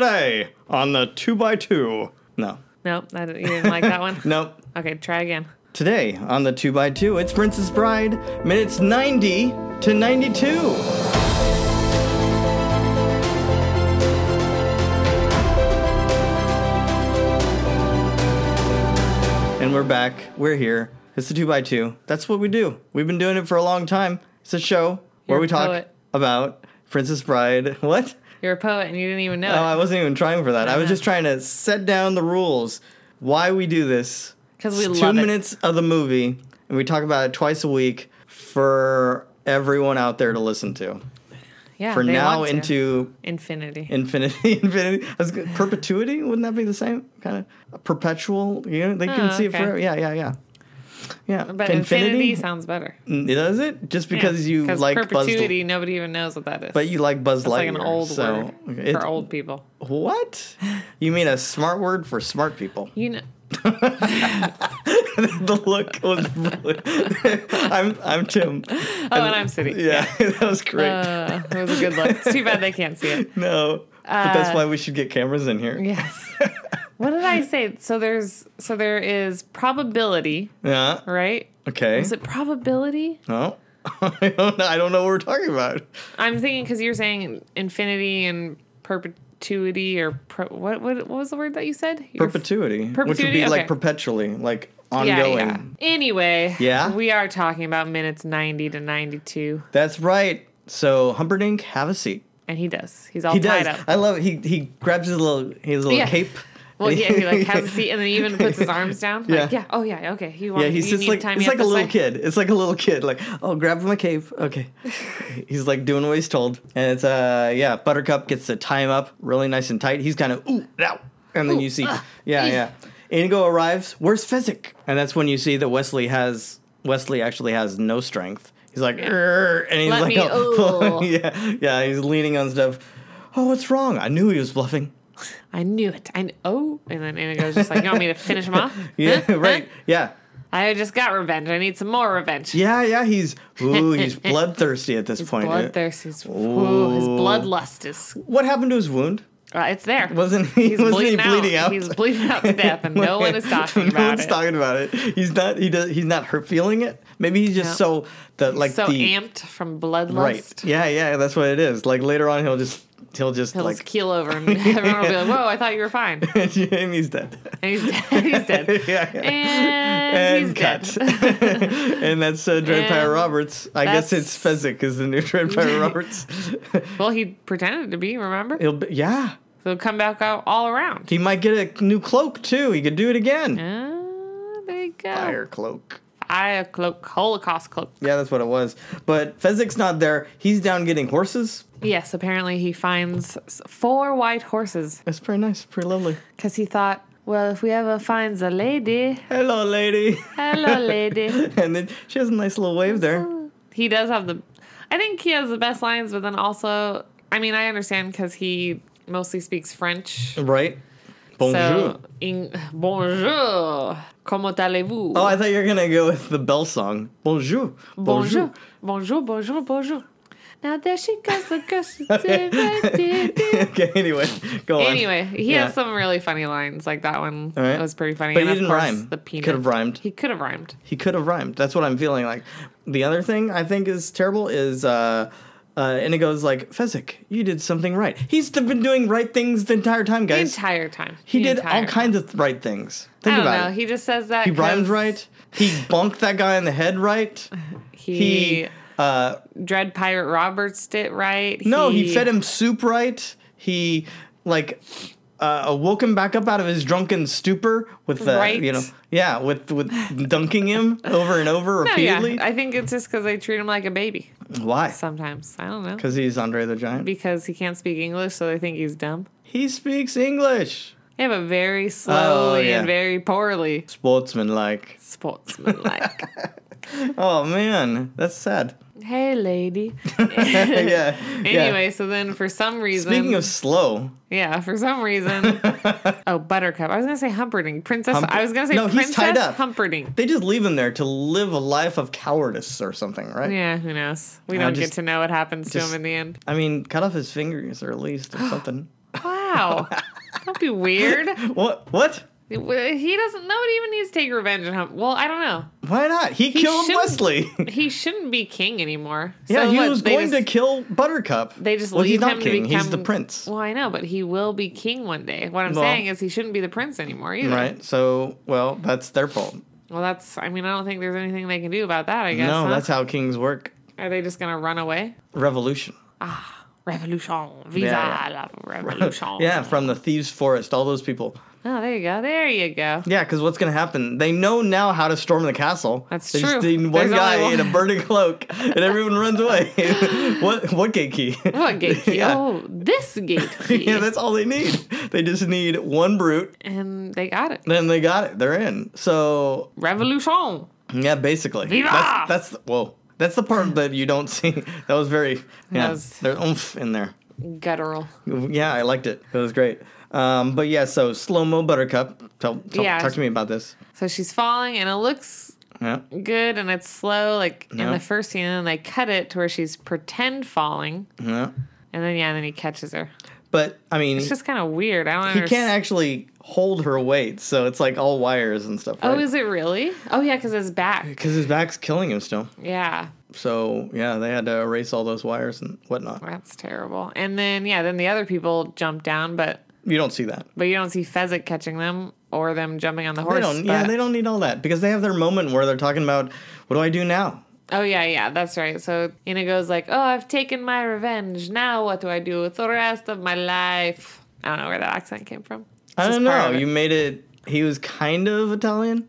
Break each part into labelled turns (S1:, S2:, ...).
S1: today on the 2x2. No.
S2: Nope, I didn't, you didn't like that one.
S1: Nope.
S2: Okay, try again.
S1: Today on the 2x2, it's Princess Bride, minutes 90 to 92. And we're back. We're here. It's the 2x2. That's what we do. We've been doing it for a long time. It's a show where
S2: You're
S1: we
S2: a
S1: talk
S2: poet.
S1: about Princess Bride. What?
S2: You're a poet and you didn't even know
S1: Oh, I
S2: it.
S1: wasn't even trying for that. I was
S2: Uh-huh.
S1: just trying to set down the rules, why we do this.
S2: 'Cause we
S1: It's two
S2: love it.
S1: minutes of the movie, and we talk about it twice a week for everyone out there to listen to.
S2: Yeah,
S1: For
S2: they
S1: now
S2: want to.
S1: into
S2: infinity.
S1: infinity, infinity, I was gonna- perpetuity. Wouldn't that be the same kind of perpetual? You know, they can
S2: Oh,
S1: see it
S2: okay.
S1: forever. Yeah, yeah, yeah. Yeah,
S2: But infinity, sounds better.
S1: Mm, Does it just
S2: Yeah,
S1: because you
S2: 'cause
S1: like
S2: perpetuity,
S1: Buzz?
S2: nobody even knows what that is.
S1: But you like Buzz
S2: That's like
S1: Lightyear.
S2: an old
S1: so
S2: word
S1: it's-
S2: for old people.
S1: What? You mean a smart word for smart people?
S2: You know,
S1: the look was really. I'm I'm Tim.
S2: oh, and I'm sitting.
S1: Yeah, that was great.
S2: Uh, it was a good look. It's too bad they can't see it.
S1: no, but that's
S2: uh,
S1: why we should get cameras in here. Yeah.
S2: Yes. What did I say? So there's so there is probability, right?
S1: okay.
S2: Is it probability?
S1: No. I don't know. I don't know what we're talking about.
S2: I'm thinking because you're saying infinity and perpetuity or pro, what, what what was the word that you said? Your-
S1: Perpetuity, which would
S2: Perpetuity?
S1: be like
S2: Okay.
S1: perpetually, like
S2: Yeah,
S1: ongoing.
S2: yeah. Anyway,
S1: Yeah?
S2: we are talking about minutes 90 to 92,
S1: That's right. So Humperdinck, have a seat.
S2: and he does. He's all
S1: He
S2: tied
S1: does.
S2: up.
S1: I love it. He he grabs his little his little
S2: Yeah.
S1: cape.
S2: Well, yeah, he like has a seat, and then he even puts his arms down. Like,
S1: Yeah.
S2: yeah. Oh, yeah. Okay. You want?
S1: Yeah, he's
S2: you
S1: just
S2: need
S1: like
S2: to tie me
S1: it's like
S2: up
S1: a
S2: this
S1: little
S2: way?
S1: kid. It's like a little kid. Like, oh, grab my cape. Okay, he's like doing what he's told, and it's uh, yeah. Buttercup gets to tie him up really nice and tight. He's kind of ooh, ow, and then you see,
S2: ah,
S1: yeah, yeah. Inigo arrives. Where's Fezzik? And that's when you see that Wesley has Wesley actually has no strength. He's like, "Err," and he's
S2: Let
S1: like,
S2: me-
S1: oh,
S2: ooh.
S1: yeah, yeah. He's leaning on stuff. Oh, what's wrong? I knew he was bluffing.
S2: I knew it. I kn- oh, and then Inigo's just like, "You want me to finish him off?
S1: Yeah,
S2: Huh?
S1: right. Yeah,
S2: I just got revenge. I need some more revenge."
S1: yeah, yeah. He's ooh, he's bloodthirsty at this
S2: His
S1: point.
S2: bloodthirst is ooh, his
S1: Ooh.
S2: bloodlust is
S1: What happened to his wound?
S2: uh, it's there.
S1: Wasn't he?
S2: He's
S1: wasn't
S2: bleeding,
S1: he bleeding out?
S2: out. He's bleeding out to death, and no one is talking
S1: no
S2: about
S1: one's
S2: it.
S1: talking about it. He's not. He does. He's not hurt feeling it. Maybe he's just
S2: No.
S1: so that like
S2: so
S1: the
S2: amped from bloodlust,
S1: right. Yeah, yeah. That's what it is. Like later on, he'll just he'll just
S2: he'll just
S1: like
S2: keel over, and everyone will be like, "Whoa, I thought you were fine."
S1: and he's dead.
S2: And he's dead. he's dead.
S1: yeah, yeah.
S2: And, he's
S1: cut.
S2: dead.
S1: and that's uh, Dread Pirate
S2: And
S1: Roberts. I guess it's
S2: that's-
S1: Fezzik is the new Dread Pirate Roberts.
S2: Well, he pretended to be. Remember?
S1: He'll be, yeah.
S2: So come back out all around.
S1: He might get a new cloak too. He could do it again.
S2: Ah, there you go.
S1: Fire cloak.
S2: I cloak, Holocaust cloak.
S1: Yeah, that's what it was. But Fezzik's not there. He's down getting horses.
S2: Yes, apparently he finds s- four white horses
S1: That's pretty nice, pretty lovely.
S2: because he thought, well, if we ever finds a lady,
S1: Hello, lady.
S2: hello, lady.
S1: and then she has a nice little wave there.
S2: He does have the, I think he has the best lines, but then also, I mean, I understand because he mostly speaks French.
S1: Right?
S2: So, in, bonjour, comment allez-vous?
S1: Oh, I thought you were going to go with the bell song. Bonjour.
S2: Bonjour. Bonjour, bonjour, bonjour. Now there she goes, the girl she did, right, did, did.
S1: okay, anyway, go on.
S2: Anyway, he
S1: Yeah.
S2: has some really funny lines. Like that one
S1: All right.
S2: It was pretty funny.
S1: But
S2: and
S1: he
S2: of
S1: didn't
S2: course,
S1: rhyme.
S2: The
S1: He
S2: peanut.
S1: could have rhymed.
S2: He could have rhymed.
S1: He could have rhymed. That's what I'm feeling like. The other thing I think is terrible is uh, uh, Inigo's like, Fezzik, you did something right. He's been doing right things the entire time,
S2: The
S1: guys.
S2: entire time.
S1: he
S2: The
S1: did
S2: entire
S1: all kinds of right things.
S2: I
S1: Think
S2: don't
S1: about
S2: know.
S1: it.
S2: He just says that.
S1: He rhymed
S2: 'cause
S1: right. He bumped that guy in the head right.
S2: He,
S1: He uh
S2: Dread Pirate Roberts did right.
S1: no, he, fed him soup right. He like uh woke him back up out of his drunken stupor with the
S2: Right.
S1: you know yeah, with with dunking him over and over
S2: No, Oh, yeah.
S1: repeatedly.
S2: I think it's just because they treat him like a baby
S1: Why?
S2: sometimes. I don't know.
S1: Cuz he's Andre the Giant.
S2: Because he can't speak English, so they think he's dumb.
S1: He speaks English.
S2: Yeah, but very slowly
S1: Oh, yeah.
S2: and very poorly.
S1: Sportsman like.
S2: Sportsmanlike.
S1: Oh man, that's sad.
S2: hey, lady.
S1: yeah.
S2: Anyway, so then for some reason.
S1: Speaking of slow,
S2: Yeah, for some reason. oh, Buttercup. I was gonna say Humperdinck. Princess.
S1: Hump-
S2: I was gonna say
S1: No,
S2: Princess
S1: he's tied up.
S2: Humperdinck.
S1: they just leave him there to live a life of cowardice or something, right?
S2: Yeah, who knows? We
S1: I
S2: don't
S1: just-
S2: get to know what happens to
S1: just-
S2: him in the end.
S1: I mean, cut off his fingers or at least or something.
S2: What? Wow. Don't be weird.
S1: What? What?
S2: He doesn't. Nobody even needs to take revenge on him. Well, I don't know.
S1: Why not? He, killed
S2: shouldn't-
S1: Wesley.
S2: He shouldn't be king anymore.
S1: yeah,
S2: So
S1: he
S2: what,
S1: was
S2: they
S1: going
S2: just-
S1: to kill Buttercup.
S2: They just
S1: well,
S2: leave
S1: he's not
S2: him
S1: king.
S2: to become.
S1: he's the prince,
S2: Well, I know, but he will be king one day. What I'm
S1: Well-
S2: saying is he shouldn't be the prince anymore either.
S1: right? So, well, that's their fault.
S2: Well, that's. I mean, I don't think there's anything they can do about that. I guess.
S1: no,
S2: huh?
S1: that's how kings work.
S2: Are they just gonna run away?
S1: Revolution.
S2: Revolution, visa,
S1: Yeah,
S2: la revolution.
S1: yeah, from the thieves' forest. All those people.
S2: Oh, there you go. There you go.
S1: Yeah, because what's going to happen? They know now how to storm the castle.
S2: That's
S1: They just
S2: true.
S1: need one
S2: There's only
S1: guy
S2: one.
S1: in a burning cloak, and everyone runs away. what what gate key?
S2: What gate key?
S1: Yeah.
S2: Oh, this gate key.
S1: yeah, that's all they need. They just need one brute,
S2: and they got it.
S1: then they got it. They're in. So
S2: Revolution.
S1: yeah, basically.
S2: Viva!
S1: That's that's whoa. That's the part that you don't see. That was very yeah.
S2: was-
S1: There's oomph in there.
S2: Guttural.
S1: Yeah, I liked it. It was great. Um, but yeah, so slow mo buttercup. Tell, tell
S2: Yeah.
S1: talk to me about this.
S2: So she's falling, and it looks
S1: Yeah.
S2: good, and it's slow, like in
S1: Yeah.
S2: the first scene. And then they cut it to where she's pretend falling,
S1: Yeah.
S2: and then yeah, and then he catches her.
S1: But I mean,
S2: It's just kind of weird. I don't
S1: he can't
S2: understand.
S1: actually hold her weight, so it's like all wires and stuff.
S2: Oh,
S1: right?
S2: is it really? Oh yeah, because his back.
S1: because his back's killing him still.
S2: Yeah,
S1: So yeah, they had to erase all those wires and whatnot.
S2: that's terrible. And then yeah, then the other people jump down, but
S1: You don't see that.
S2: but you don't see Fezzik catching them or them jumping on the horse.
S1: They don't. Yeah,
S2: but-
S1: they don't need all that because they have their moment where they're talking about what do I do now?
S2: Oh yeah, yeah, that's right. So Inigo's like, "Oh, I've taken my revenge. Now what do I do with the rest of my life?" I don't know where that accent came from. It's
S1: I
S2: just
S1: don't
S2: part
S1: know.
S2: of it.
S1: You made it. He was kind of Italian.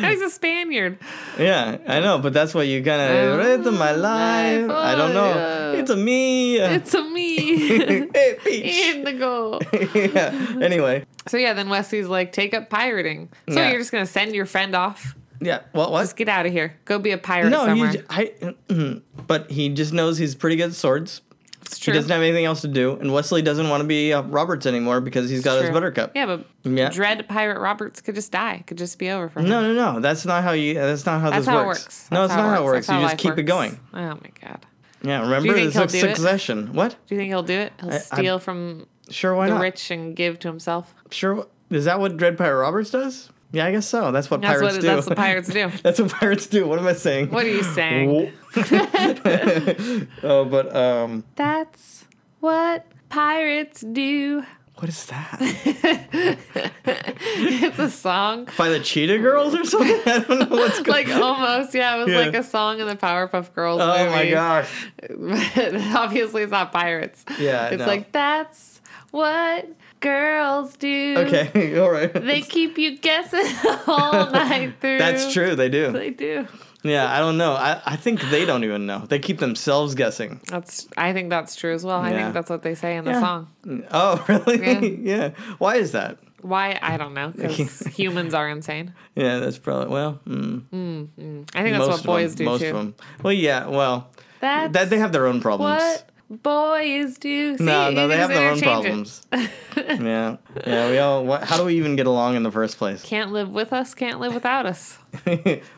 S2: No, he's a Spaniard.
S1: Yeah, I know, but that's what you kind of. It's my life.
S2: life,
S1: I don't know.
S2: oh, yeah.
S1: It's a me.
S2: It's a me.
S1: hey, peach.
S2: Indigo.
S1: yeah. Anyway.
S2: So yeah, then Wesley's like, "Take up pirating." So
S1: Yeah.
S2: you're just gonna send your friend off?
S1: Yeah. What? What?
S2: Just get out of here. Go be a pirate
S1: No,
S2: somewhere.
S1: he. j- I. mm, But he just knows he's pretty good at swords.
S2: it's
S1: He
S2: true.
S1: doesn't have anything else to do, and Wesley doesn't want to be uh, Roberts anymore because he's got his
S2: True.
S1: Buttercup.
S2: Yeah, but
S1: Yeah.
S2: Dread Pirate Roberts could just die. Could just be over for him.
S1: No, no, no. That's not how you. That's not how
S2: that's
S1: this
S2: how
S1: works.
S2: it works.
S1: No,
S2: That's
S1: it's not how it works.
S2: That's how
S1: you just
S2: life
S1: keep it
S2: works.
S1: going.
S2: Oh my god.
S1: Yeah. Remember
S2: think
S1: it's
S2: he'll
S1: like
S2: do it?
S1: succession. What?
S2: Do you think he'll do it? He'll
S1: I-
S2: steal from
S1: Sure. Why
S2: the
S1: not?
S2: rich and give to himself.
S1: Sure. Is that what Dread Pirate Roberts does? Yeah, I guess so. That's what
S2: That's
S1: pirates
S2: what
S1: do.
S2: that's what pirates do.
S1: That's what pirates do. What am I saying?
S2: What are you saying?
S1: oh, but um,
S2: That's what pirates do.
S1: what is that?
S2: It's a song.
S1: By the Cheetah Girls or something? I don't know what's going.
S2: Like almost, yeah, it was
S1: Yeah.
S2: like a song in the Powerpuff Girls
S1: Oh
S2: movie.
S1: my gosh!
S2: But obviously it's not pirates.
S1: Yeah,
S2: It's
S1: no.
S2: like that's what girls do.
S1: Okay, all right.
S2: They keep you guessing the whole night through.
S1: That's true. They do.
S2: They do.
S1: Yeah, I don't know. I, I think they don't even know. They keep themselves guessing.
S2: That's I think that's true as well. I
S1: Yeah.
S2: think that's what they say in the
S1: Yeah.
S2: song.
S1: Oh, really? Yeah. Why is that?
S2: Why I don't know because humans are insane.
S1: Yeah, that's probably well. Mm,
S2: I think that's
S1: most
S2: what boys
S1: of them,
S2: do
S1: most
S2: too.
S1: of them. Well, yeah. Well,
S2: That's
S1: that they have their own problems.
S2: what boys do. See,
S1: No,
S2: you
S1: no, they have
S2: just
S1: their own
S2: interchange it.
S1: problems. yeah, yeah. We all. What, how do we even get along in the first place?
S2: Can't live with us. Can't live without us.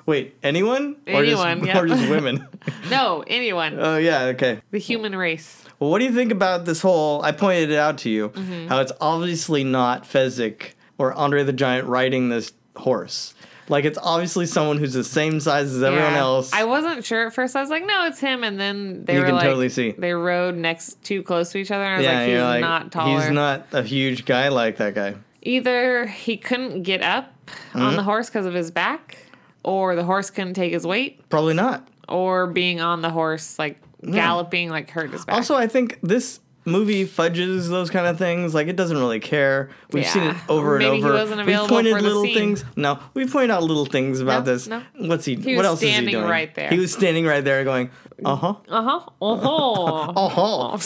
S1: Wait, anyone? or
S2: Anyone,
S1: just,
S2: yeah.
S1: or just women?
S2: No, anyone.
S1: oh yeah, okay.
S2: The human race.
S1: Well, what do you think about this whole? I pointed it out to you
S2: Mm-hmm.
S1: how it's obviously not Fezzik or Andre the Giant riding this horse. Like it's obviously someone who's the same size as everyone
S2: Yeah.
S1: else.
S2: I wasn't sure at first. I was like, no, it's him. And then they
S1: You
S2: were
S1: can
S2: like,
S1: totally see.
S2: they rode next too close to each other. And I was
S1: yeah,
S2: like,
S1: you're
S2: he's
S1: like,
S2: not taller.
S1: He's not a huge guy like that guy.
S2: Either he couldn't get up
S1: Mm-hmm.
S2: on the horse because of his back, or the horse couldn't take his weight,
S1: Probably not.
S2: or being on the horse like galloping like hurt his back.
S1: Also, I think this movie fudges those kind of things. Like it doesn't really care. We've seen it
S2: Yeah.
S1: over
S2: Maybe
S1: and
S2: he
S1: over.
S2: wasn't available
S1: we pointed
S2: for the
S1: little
S2: scene.
S1: things. No, we pointed out little things about
S2: No,
S1: this.
S2: no.
S1: What's he?
S2: He
S1: what
S2: was
S1: else is he
S2: standing
S1: doing?
S2: right there.
S1: He was standing right there, going, uh huh,
S2: Uh huh. Uh huh.
S1: uh huh, uh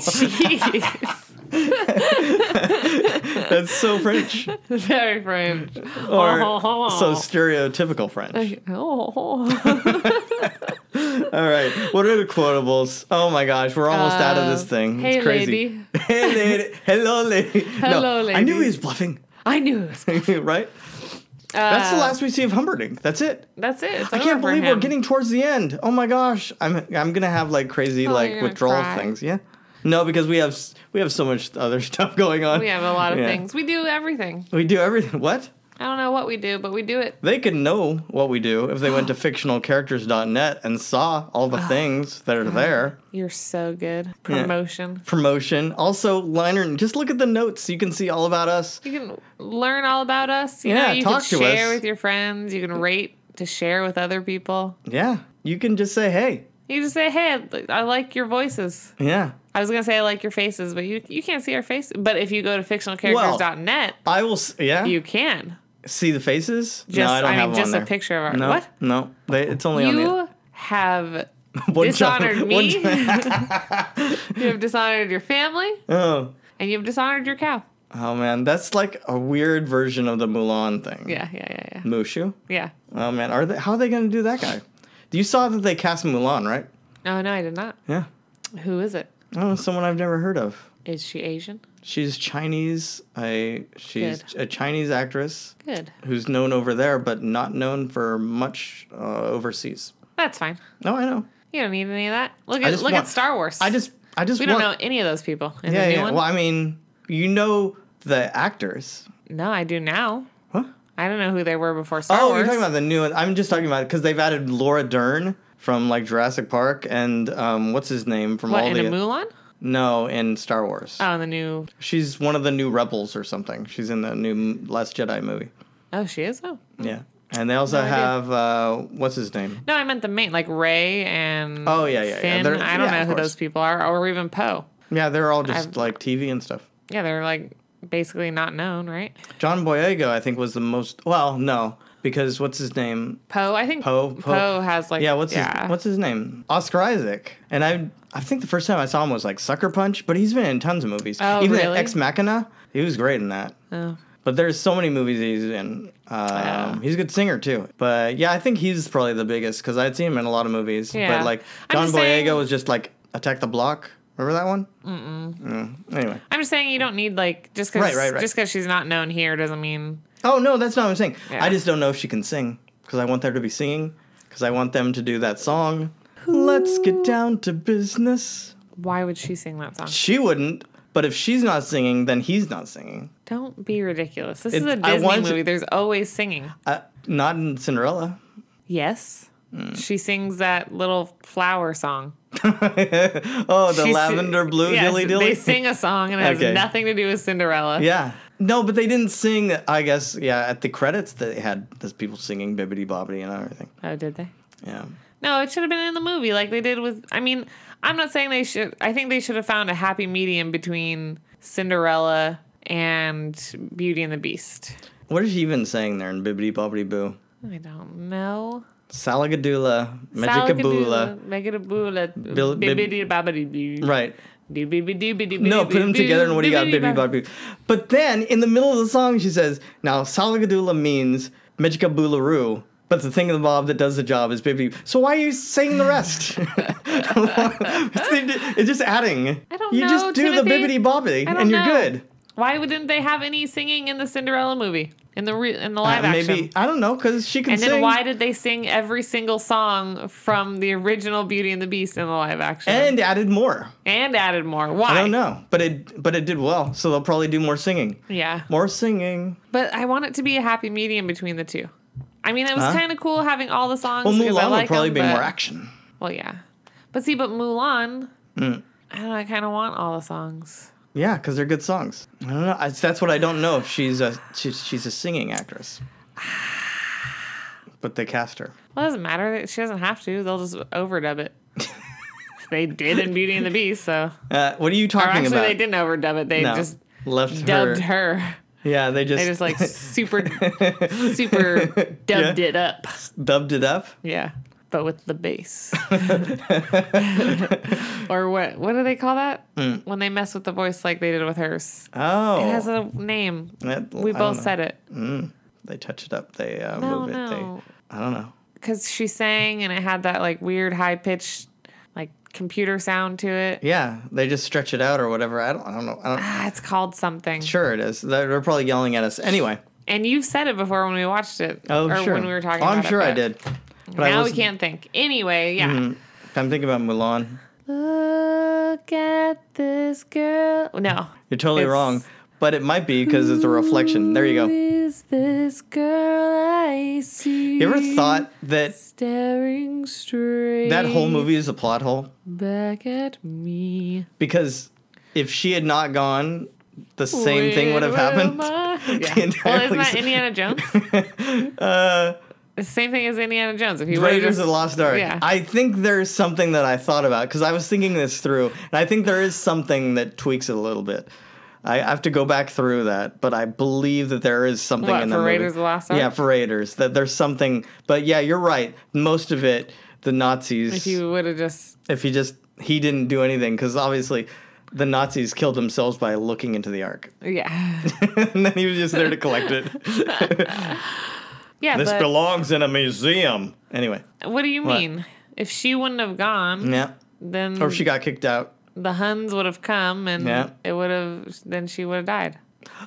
S2: Stinky
S1: huh.
S2: cheese.
S1: That's so French,
S2: Very French.
S1: or
S2: Uh-huh.
S1: so stereotypical French.
S2: Oh.
S1: All right, what are the quotables? Oh my gosh, we're almost out of this
S2: Uh,
S1: thing.
S2: hey,
S1: it's crazy.
S2: lady.
S1: Hey lady. Hello lady.
S2: Hello,
S1: I knew
S2: lady.
S1: he was bluffing,
S2: I knew. It was, uh,
S1: right? That's the last we see of Humperdinck. That's it.
S2: That's it. It's
S1: I can't
S2: over for
S1: believe we're
S2: him.
S1: getting towards the end. Oh my gosh, I'm I'm gonna have like crazy
S2: Oh,
S1: like
S2: you're gonna
S1: withdrawal
S2: cry.
S1: things. Yeah, No, because we have s- we have so much other stuff going on.
S2: We have a lot of
S1: Yeah.
S2: things. We do everything.
S1: We do everything. What?
S2: I don't know what we do, but we do it.
S1: They could know what we do if they went to fictionalcharacters.net and saw all the things that are there.
S2: You're so good. Promotion.
S1: Promotion. Also, liner. Just look at the notes. You can see all about us.
S2: You can learn all about us. You
S1: Yeah,
S2: know, you
S1: talk to
S2: can share
S1: us.
S2: with your friends. You can rate to share with other people.
S1: Yeah. You can just say, hey.
S2: You just say, "Hey, I like your voices."
S1: Yeah.
S2: I was gonna say I like your faces, but you you can't see our faces. But if you go to fictionalcharacters.net,
S1: I will. s- Yeah.
S2: you can.
S1: see the faces?
S2: Just
S1: no, I don't
S2: mean,
S1: have one
S2: just
S1: there.
S2: a picture of our
S1: No,
S2: what
S1: no, they, it's only on
S2: you have
S1: the one time-
S2: dishonored
S1: one
S2: me.
S1: time-
S2: you have dishonored your family
S1: oh,
S2: and you've dishonored your cow.
S1: oh man, that's like a weird version of the Mulan thing.
S2: Yeah, yeah, yeah, yeah,
S1: Mushu.
S2: yeah.
S1: Oh man, are they? How are they going to do that guy? You saw that they cast Mulan, right?
S2: Oh no, I did not.
S1: Yeah.
S2: Who is it?
S1: Oh, someone I've never heard of.
S2: Is she Asian?
S1: She's Chinese. I she's
S2: Good.
S1: a Chinese actress
S2: Good.
S1: who's known over there, but not known for much uh, overseas.
S2: That's fine.
S1: No, I know.
S2: You don't need any of that. Look
S1: I
S2: at
S1: just
S2: look
S1: want-
S2: at Star Wars.
S1: I just I just
S2: we don't
S1: want,
S2: know any of those people. In
S1: Yeah,
S2: the new
S1: yeah.
S2: one.
S1: Well, I mean, you know the actors.
S2: no, I do now.
S1: Huh?
S2: I don't know who they were before Star
S1: Oh,
S2: Wars.
S1: you're talking about the new one. I'm just talking about because they've added Laura Dern from like Jurassic Park and um, what's his name from
S2: what
S1: all
S2: in
S1: the uh,
S2: a Mulan?
S1: no in Star Wars.
S2: Oh, in the new.
S1: She's one of the new rebels or something. She's in the new Last Jedi movie.
S2: Oh, she is. Oh,
S1: Yeah, and they also
S2: idea.
S1: have uh, what's his name?
S2: no, I meant the main, like Ray and.
S1: Oh, yeah, yeah, yeah.
S2: Finn.
S1: They're-
S2: I don't
S1: yeah,
S2: know
S1: of
S2: who
S1: course.
S2: those people are, or even Poe.
S1: Yeah, they're all just
S2: I've-
S1: like TV and stuff.
S2: Yeah, they're like basically not known, right?
S1: John Boyega, I think, was the most. Well, no, because what's his name?
S2: Poe, I think
S1: Poe- Poe-
S2: has like
S1: Yeah, what's
S2: yeah.
S1: his what's his name? Oscar Isaac. And I I think the first time I saw him was like Sucker Punch, but he's been in tons of movies.
S2: Oh,
S1: Even in
S2: really?
S1: Ex Machina, he was great in that.
S2: Oh.
S1: But there's so many movies he's in. Um,
S2: Yeah.
S1: He's a good singer too. But yeah, I think he's probably the biggest because I'd seen him in a lot of movies.
S2: Yeah.
S1: But like
S2: I'm
S1: John Boyega
S2: just saying-
S1: was just like Attack the Block. Remember that one? Mm-mm. Anyway.
S2: I'm just saying you don't need like just because
S1: Right, right, right.
S2: just because she's not known here doesn't mean
S1: Oh no, that's not what I'm saying.
S2: Yeah.
S1: I just don't know if she can sing because I want there to be singing because I want them to do that song. Let's get down to business.
S2: why would she sing that song?
S1: She wouldn't. But if she's not singing, then he's not singing.
S2: Don't be ridiculous. This is
S1: It's-
S2: a
S1: I
S2: Disney
S1: wanted to-
S2: movie. There's always singing.
S1: Uh, not in Cinderella.
S2: Yes, she sings that little flower song.
S1: oh, the
S2: She si-
S1: lavender blue
S2: Yes,
S1: dilly dilly.
S2: They sing a song and it
S1: Okay.
S2: has nothing to do with Cinderella.
S1: Yeah. No, but they didn't sing. I guess yeah. At the credits, they had those people singing bibbity bobbity and everything.
S2: Oh, did they?
S1: Yeah.
S2: No, it should have been in the movie like they did with. I mean, I'm not saying they should. I think they should have found a happy medium between Cinderella and Beauty and the Beast.
S1: What is she even saying there in bibbity bobbity boo?
S2: I don't know.
S1: Salagadula, magicabula.
S2: Megabula.
S1: Bil- bib-
S2: Bibbidi-bobbidi-boo.
S1: Right.
S2: Bibbidi-bobbidi-boo.
S1: No, put them together and what do you got? Bibbidi
S2: Bibbidi-bob-
S1: bobbidi. But then in the middle of the song, she says, "Now Salagadula means Magica Boolaroo, but the thing of the mob that does the job is Bibbidi." So why are you saying the rest? it's just adding.
S2: I don't
S1: you
S2: know,
S1: just do
S2: Timothy.
S1: the Bibbidi Bobbidi,
S2: I don't
S1: and you're
S2: know.
S1: good.
S2: Why wouldn't they have any singing in the Cinderella movie? In the re- in the live
S1: Uh,
S2: action.
S1: maybe I don't know because she can
S2: And
S1: sing.
S2: then why did they sing every single song from the original Beauty and the Beast in the live action?
S1: and added more.
S2: And added more. Why?
S1: Eh. I don't know, but it but it did well, so they'll probably do more singing.
S2: Yeah.
S1: More singing.
S2: But I want it to be a happy medium between the two. I mean, it was
S1: Huh?
S2: kind of cool having all the songs
S1: Well,
S2: because I
S1: Mulan
S2: like
S1: will probably
S2: 'em,
S1: be
S2: but,
S1: more action.
S2: Well, yeah. But see, but Mulan,
S1: Mm.
S2: I don't know, I kind of want all the songs.
S1: Yeah, because they're good songs. I don't know. I, that's what I don't know if she's a she's, she's a singing actress. But they cast her.
S2: Well, it doesn't matter. She doesn't have to. They'll just overdub it. they did in Beauty and the Beast, so.
S1: Uh, what are you
S2: Or
S1: talking
S2: actually,
S1: about?
S2: they didn't overdub it. They
S1: no,
S2: just
S1: left
S2: dubbed
S1: her.
S2: her.
S1: Yeah, they just
S2: They just like super, super dubbed
S1: Yeah.
S2: it up.
S1: dubbed it up. Oh.
S2: Yeah. But with the bass. or what what do they call that?
S1: Mm.
S2: When they mess with the voice like they did with hers.
S1: Oh,
S2: It has a name.
S1: That-
S2: We
S1: I don't
S2: both
S1: know.
S2: said it. Oh,
S1: they touch it up. They uh,
S2: No,
S1: move it.
S2: no.
S1: They I don't know.
S2: Because she sang and it had that like weird high pitched like computer sound to it.
S1: Yeah, they just stretch it out or whatever. I don't. I don't know. I don't,
S2: Ah, it's called something.
S1: sure, it is. They're they're probably yelling at us anyway.
S2: And you've said it before when we watched it.
S1: Oh,
S2: or
S1: sure.
S2: when we were talking
S1: Oh, I'm
S2: about it,
S1: sure I
S2: but
S1: did. But I
S2: Now we
S1: wasn't- Mm-hmm.
S2: can't think. Anyway, yeah.
S1: I'm thinking about Mulan.
S2: Love Look at this girl. No.
S1: You're totally
S2: It's-
S1: wrong, but it might be because it's a reflection. There you
S2: Who
S1: go.
S2: is this girl I see?
S1: You ever thought that
S2: Staring straight.
S1: that whole movie is a plot hole?
S2: Back at me.
S1: Because if she had not gone, the same thing would have
S2: Where will
S1: happened.
S2: my- Yeah. Well,
S1: entire
S2: isn't that
S1: list.
S2: Indiana Jones?
S1: Uh,
S2: the same thing as Indiana Jones. If he would've
S1: Raiders
S2: just,
S1: of the Lost Ark.
S2: Yeah.
S1: I think there's something that I thought about because I was thinking this through, and I think there is something that tweaks it a little bit. I have to go back through that, but I believe that there is something
S2: What,
S1: in the
S2: for
S1: movie.
S2: Raiders of the Lost Ark?
S1: Yeah, for Raiders. That there's something, but yeah, you're right. Most of it, the Nazis.
S2: if he would have just
S1: if he just he didn't do anything because obviously the Nazis killed themselves by looking into the ark,
S2: yeah
S1: and then he was just there to collect it.
S2: yeah.
S1: this
S2: but
S1: belongs in a museum. Anyway,
S2: what do you mean? If she wouldn't have gone,
S1: yeah.
S2: then
S1: Or if she got kicked out.
S2: the Huns would have come, and
S1: Oh, Yeah.
S2: it would have then she would have died.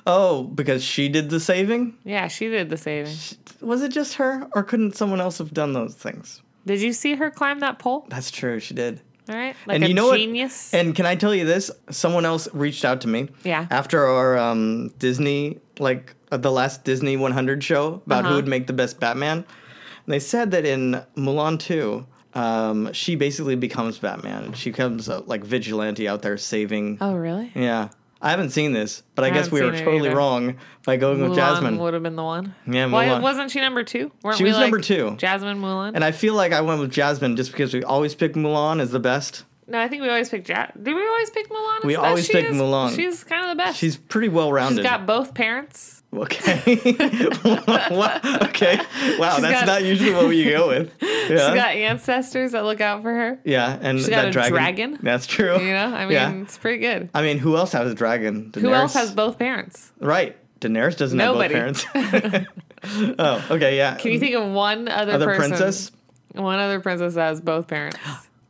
S1: Oh, because she did the saving?
S2: Yeah, she did the saving.
S1: Was it just her, or couldn't someone else have done those things?
S2: Did you see her climb that pole?
S1: That's true, she did.
S2: All right, like
S1: And
S2: a
S1: you know what-
S2: genius.
S1: And can I tell you this? Someone else reached out to me.
S2: Yeah.
S1: After our um, Disney, like uh, the last Disney 100 show about who
S2: Uh-huh.
S1: would make the best Batman, and they said that in Mulan 2, um, she basically becomes Batman. and She becomes a like vigilante out there saving.
S2: oh, really?
S1: Yeah. I haven't seen this, but I, guess
S2: haven't
S1: we were
S2: seen it
S1: totally
S2: either.
S1: wrong by going with Jasmine.
S2: would have been the one.
S1: Yeah,
S2: Why
S1: Mulan.
S2: wasn't she number two? Weren't
S1: She
S2: we
S1: was
S2: like
S1: number two.
S2: Jasmine Mulan.
S1: And I feel like I went with Jasmine just because we always pick Mulan as the best.
S2: no, I think we always pick Ja. Did we always pick Mulan? as
S1: We
S2: the
S1: always
S2: she
S1: pick
S2: is-
S1: Mulan.
S2: She's kind of the best.
S1: She's pretty well
S2: she's
S1: rounded.
S2: got both parents.
S1: okay. Wow, okay. Wow,
S2: She's
S1: that's
S2: got-
S1: not usually what we go with. Yeah.
S2: She's got ancestors that look out for her.
S1: yeah, and
S2: she's
S1: that
S2: got a
S1: dragon.
S2: dragon.
S1: That's true.
S2: You know, I mean,
S1: Yeah.
S2: it's pretty good.
S1: I mean, who else has a dragon? Daenerys.
S2: Who else has both parents?
S1: Right. Daenerys doesn't
S2: Nobody.
S1: have both parents. oh, okay, yeah.
S2: Can you think of one other,
S1: Other
S2: person?
S1: princess?
S2: One other princess that has both parents.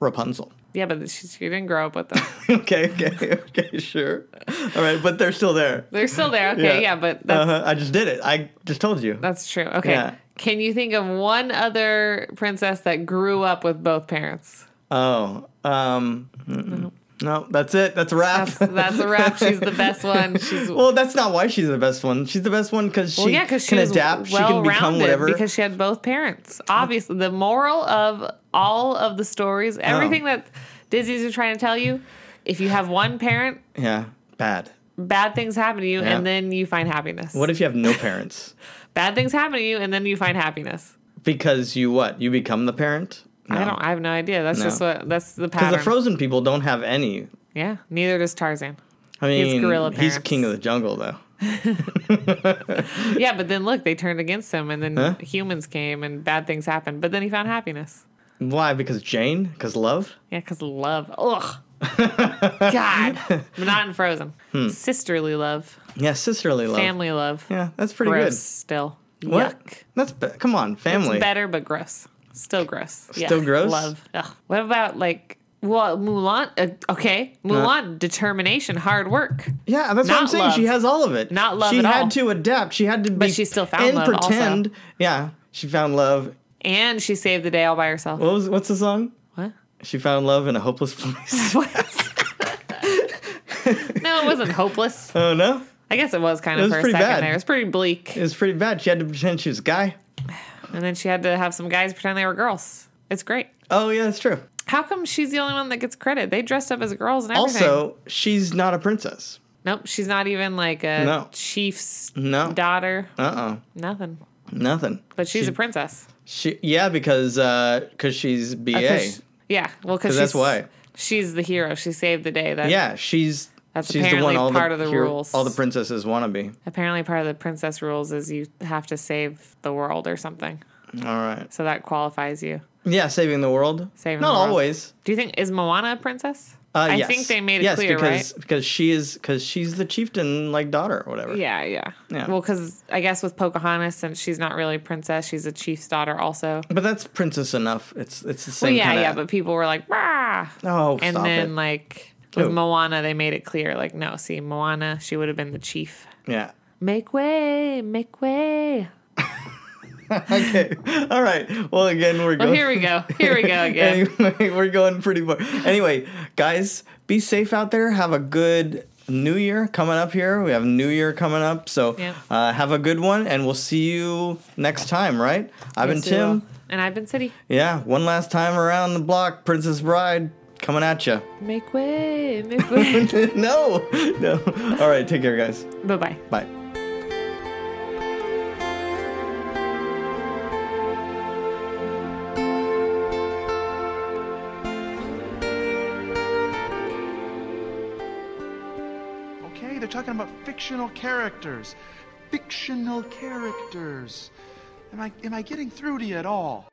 S1: Rapunzel.
S2: Yeah, but she, she didn't grow up with them.
S1: okay, okay, okay, sure. All right, but they're still there.
S2: They're still there. Okay, yeah, but that's,
S1: uh-huh. I just did it. I just told you.
S2: that's true. Okay.
S1: Yeah.
S2: Can you think of one other princess that grew up with both parents?
S1: Oh, um, mm-mm. no, that's it. That's a wrap.
S2: That's, that's a wrap. She's the best one. She's well,
S1: well, that's not why she's the best one. She's the best one because she
S2: yeah, because she
S1: can
S2: was
S1: adapt. she can become
S2: well-rounded
S1: whatever.
S2: because she had both parents. Obviously, the moral of all of the stories,
S1: Oh.
S2: everything that Disney's are trying to tell you, if you have one parent,
S1: yeah, bad.
S2: bad things happen to you,
S1: Yeah.
S2: and then you find happiness.
S1: What if you have no parents?
S2: bad things happen to you, and then you find happiness?
S1: because you what? You become the parent?
S2: I don't. I have no idea. That's
S1: No.
S2: just what. That's the
S1: Because
S2: pattern.
S1: the frozen people don't have any.
S2: yeah. Neither does Tarzan.
S1: I mean,
S2: gorilla
S1: he's
S2: parents.
S1: king of the jungle, though.
S2: Yeah, but then look, they turned against him, and then
S1: Huh?
S2: humans came, and bad things happened. But then he found happiness.
S1: Why? Because Jane? Because love?
S2: Yeah, because love. Ugh. God. Not in Frozen. Sisterly love.
S1: Yeah, sisterly Hmm. love.
S2: Family love.
S1: Yeah, that's pretty
S2: gross still.
S1: good. What?
S2: Yuck.
S1: That's be- come on, family.
S2: It's better, but gross. Still gross.
S1: Still
S2: Yuck.
S1: gross?
S2: Love. Ugh. What about like, well, Mulan? Uh, okay. Mulan, determination, hard work.
S1: Yeah, that's what I'm
S2: Not
S1: saying. She
S2: love.
S1: has all of it.
S2: Not love
S1: She
S2: at
S1: had
S2: all.
S1: to adapt. She had to be.
S2: she still found
S1: and
S2: love also.
S1: pretend. Yeah, she found love.
S2: And she saved the day all by herself.
S1: What was what's the song?
S2: What?
S1: She found love in a hopeless place.
S2: no, it wasn't hopeless.
S1: oh no,
S2: I guess it was kind
S1: It
S2: of
S1: was
S2: for a
S1: pretty
S2: second
S1: bad.
S2: there. It was pretty bleak.
S1: it was pretty bad. She had to pretend she was a guy.
S2: And then she had to have some guys pretend they were girls. It's great.
S1: Oh yeah, that's true.
S2: How come she's the only one that gets credit? They dressed up as girls and everything.
S1: Also, she's not a princess.
S2: Nope, she's not even like a
S1: No.
S2: chief's
S1: No.
S2: daughter.
S1: Uh uh
S2: Nothing.
S1: nothing.
S2: But she's
S1: She-
S2: a princess. Uh,
S1: She yeah because uh because she's ba.
S2: Oh, 'Cause she- yeah, well, because
S1: 'Cause that's why.
S2: she's the hero. She saved the day. That
S1: yeah, she's
S2: That's
S1: she's the one
S2: apparently
S1: all
S2: part
S1: the,
S2: of the
S1: hero-
S2: rules.
S1: all the princesses want to be.
S2: apparently part of the princess rules is you have to save the world or something.
S1: All right.
S2: So that qualifies you.
S1: Yeah, saving the world.
S2: Saving
S1: not
S2: the world.
S1: always.
S2: Do you think is Moana a princess?
S1: Uh,
S2: I
S1: yes.
S2: think they made it
S1: yes,
S2: clear,
S1: because, because she is because she's the chieftain like daughter or whatever.
S2: right? Yeah, yeah.
S1: Yeah.
S2: Well, because I guess with Pocahontas, since she's not really a princess, she's a chief's daughter also.
S1: But that's princess enough. It's it's the
S2: Well,
S1: same.
S2: yeah,
S1: kinda,
S2: yeah. But people were like, "Rah!"
S1: oh,
S2: and
S1: stop
S2: then
S1: it.
S2: like with
S1: Who?
S2: Moana, they made it clear, like, no, see, Moana, she would have been the chief.
S1: yeah.
S2: Make way, make way.
S1: Okay. All right. Well, again, we're
S2: Well,
S1: going.
S2: here we go. Here we go again.
S1: anyway, we're going pretty far. Anyway, guys, be safe out there. Have a good New Year coming up here. We have New Year coming up, so
S2: Yeah.
S1: uh, have a good one, and we'll see you next time. Right? I've been
S2: Yes, we
S1: Tim.
S2: will. And I've been City.
S1: Yeah, one last time around the block, Princess Bride coming at you.
S2: Make way, make way.
S1: no, no. All right, take care, guys.
S2: bye bye.
S1: Bye.
S3: Okay, they're talking about fictional characters. Fictional characters. Am I am I getting through to you at all?